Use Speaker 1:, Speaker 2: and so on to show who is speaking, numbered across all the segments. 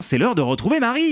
Speaker 1: c'est l'heure de retrouver Marie.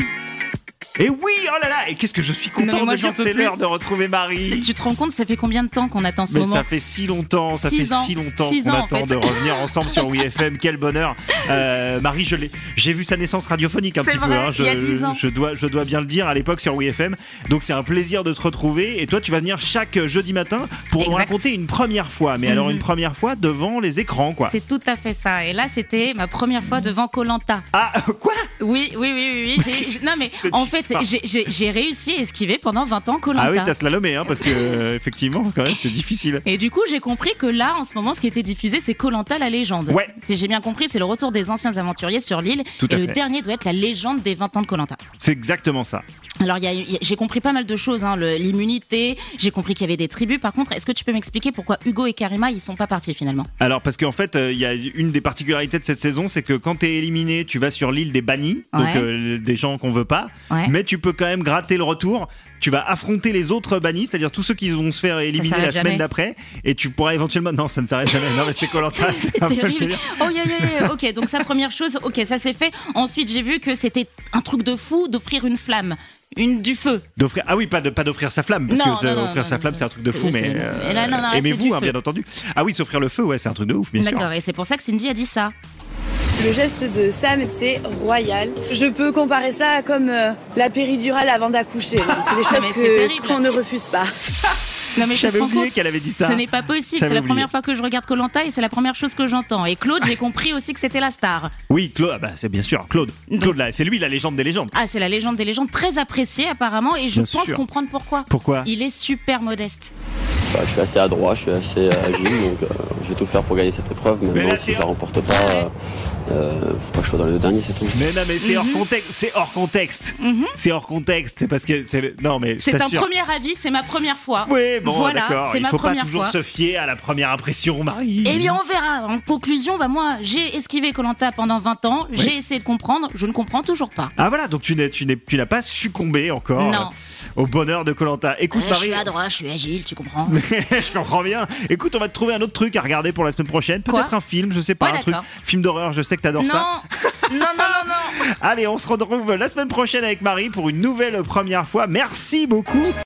Speaker 1: Et oui, oh là là, et qu'est-ce que je suis
Speaker 2: Non, mais
Speaker 1: content
Speaker 2: moi,
Speaker 1: de dire
Speaker 2: j'en peux
Speaker 1: c'est
Speaker 2: plus.
Speaker 1: l'heure de retrouver Marie.
Speaker 2: Tu te rends compte, ça fait combien de temps qu'on attend ce
Speaker 1: Mais
Speaker 2: moment
Speaker 1: ça fait si longtemps, ça
Speaker 2: Six
Speaker 1: fait
Speaker 2: ans.
Speaker 1: si longtemps
Speaker 2: Six
Speaker 1: qu'on
Speaker 2: ans, en
Speaker 1: attend
Speaker 2: fait.
Speaker 1: de revenir ensemble sur WeFM. Quel bonheur, Euh, Marie. Je l'ai, j'ai vu sa naissance radiophonique un
Speaker 2: C'est
Speaker 1: petit peu.
Speaker 2: vrai,
Speaker 1: hein. Je,
Speaker 2: il y a dix ans.
Speaker 1: je dois, je dois bien le dire à l'époque sur WeFM. Donc c'est un plaisir de te retrouver. Et toi, tu vas venir chaque jeudi matin pour nous
Speaker 2: Exact.
Speaker 1: raconter une première fois. Mais alors
Speaker 2: Mhm.
Speaker 1: une première fois devant les écrans, quoi.
Speaker 2: C'est tout à fait ça. Et là, c'était ma première fois devant Colanta.
Speaker 1: Ah quoi
Speaker 2: Oui, oui, oui, oui. oui, j'ai- j'ai- non, mais
Speaker 1: Cette
Speaker 2: en fait,
Speaker 1: histoire.
Speaker 2: j'ai- j'ai j'ai réussi à esquiver pendant 20 ans Colanta.
Speaker 1: Ah oui, t'as slalomé, hein, parce que euh, effectivement, quand même, c'est difficile.
Speaker 2: Et du coup, j'ai compris que là, en ce moment, ce qui était diffusé, c'est Colanta la légende.
Speaker 1: Ouais.
Speaker 2: Si j'ai bien compris, c'est le retour des anciens aventuriers sur l'île.
Speaker 1: Tout à
Speaker 2: et le
Speaker 1: fait.
Speaker 2: dernier doit être la légende des 20 ans de Colanta.
Speaker 1: C'est exactement ça.
Speaker 2: Alors, il y a- il y a- j'ai compris pas mal de choses. hein, le- L'immunité, j'ai compris qu'il y avait des tribus. Par contre, est-ce que tu peux m'expliquer pourquoi Hugo et Karima, ils sont pas partis finalement
Speaker 1: Alors parce qu'en fait, euh, il y a une des particularités de cette saison, c'est que quand t'es éliminé, tu vas sur l'île des bannis, donc
Speaker 2: Ouais.
Speaker 1: euh, des gens qu'on veut pas.
Speaker 2: Ouais.
Speaker 1: Mais tu peux quand même gratter le retour. Tu vas affronter les autres bannis, c'est-à-dire tous ceux qui vont se faire éliminer
Speaker 2: s'arrête
Speaker 1: la
Speaker 2: jamais.
Speaker 1: semaine d'après, et tu pourras éventuellement. Non, ça ne s'arrête jamais. Non, mais c'est Colanta, c'est un peu le
Speaker 2: Terrible.
Speaker 1: délire.
Speaker 2: Oh yeah, yeah, yeah. Ok, donc sa première chose, ok, ça c'est fait. Ensuite, j'ai vu que c'était un truc de fou d'offrir une flamme, une du feu.
Speaker 1: D'offrir. Ah oui, pas de pas d'offrir sa flamme, parce
Speaker 2: Non,
Speaker 1: que euh,
Speaker 2: non, non,
Speaker 1: offrir
Speaker 2: non,
Speaker 1: sa
Speaker 2: non,
Speaker 1: flamme,
Speaker 2: non,
Speaker 1: c'est un truc de
Speaker 2: c'est-
Speaker 1: fou,
Speaker 2: c'est-
Speaker 1: mais
Speaker 2: c'est-
Speaker 1: euh,
Speaker 2: là, non, non, là, c'est
Speaker 1: aimez-vous,
Speaker 2: du
Speaker 1: hein,
Speaker 2: feu.
Speaker 1: bien entendu. Ah oui, s'offrir le feu, ouais, c'est un truc de ouf, bien sûr.
Speaker 2: D'accord, et c'est pour ça que Cindy a dit ça.
Speaker 3: Le geste de Sam, c'est royal. Je peux comparer ça à comme euh, la péridurale avant d'accoucher. C'est des
Speaker 2: Ah, mais
Speaker 3: choses
Speaker 2: c'est
Speaker 3: que-
Speaker 2: terrible.
Speaker 3: qu'on ne refuse pas.
Speaker 2: Non mais je te
Speaker 1: J'avais
Speaker 2: rends
Speaker 1: oublié
Speaker 2: compte
Speaker 1: qu'elle avait dit ça.
Speaker 2: Ce n'est pas possible,
Speaker 1: J'avais
Speaker 2: c'est la
Speaker 1: oublié.
Speaker 2: première fois que je regarde Colanta et c'est la première chose que j'entends. Et Claude, j'ai compris aussi que c'était la star.
Speaker 1: Oui, Claude, ah bah, c'est bien sûr Claude. Claude, là, c'est lui la légende des légendes.
Speaker 2: Ah, c'est la légende des légendes, très appréciée apparemment, et je
Speaker 1: Bien
Speaker 2: pense
Speaker 1: sûr.
Speaker 2: comprendre pourquoi.
Speaker 1: Pourquoi
Speaker 2: Il est super modeste.
Speaker 4: Bah, je suis assez adroit, je suis assez agile, donc euh, je vais tout faire pour gagner cette épreuve.
Speaker 1: Mais
Speaker 4: Maintenant,
Speaker 1: là, c'est-
Speaker 4: si je la remporte pas, euh, euh, faut pas que je sois dans les deux derniers, c'est tout.
Speaker 1: Mais non, mais c'est
Speaker 2: Mhm.
Speaker 1: hors contexte. C'est hors contexte. C'est hors contexte. C'est parce que c'est non, mais je
Speaker 2: C'est un
Speaker 1: t'assure.
Speaker 2: premier avis, c'est ma première fois.
Speaker 1: Oui, bon,
Speaker 2: voilà,
Speaker 1: d'accord.
Speaker 2: c'est
Speaker 1: Il
Speaker 2: ma
Speaker 1: faut pas
Speaker 2: première
Speaker 1: toujours
Speaker 2: fois.
Speaker 1: se fier à la première impression, Marie.
Speaker 2: Eh bien, on verra. En conclusion, bah moi, j'ai esquivé Colanta pendant 20 ans. J'ai essayé de comprendre. Je ne comprends toujours pas.
Speaker 1: Ah voilà, donc tu n'es, tu n'es, tu n'as pas succombé encore
Speaker 2: Non.
Speaker 1: euh, au bonheur de Colanta. Écoute,
Speaker 2: Euh, je
Speaker 1: Marie. hein.
Speaker 2: suis adroit, je suis agile, tu comprends.
Speaker 1: je comprends bien. Écoute, on va te trouver un autre truc à regarder pour la semaine prochaine.
Speaker 2: Quoi
Speaker 1: Peut-être un film, je sais pas,
Speaker 2: Ouais,
Speaker 1: un truc.
Speaker 2: d'accord.
Speaker 1: Film d'horreur, je sais que t'adores
Speaker 2: non.
Speaker 1: ça.
Speaker 2: non, non, non, non.
Speaker 1: Allez, on se retrouve la semaine prochaine avec Marie pour une nouvelle première fois. Merci beaucoup.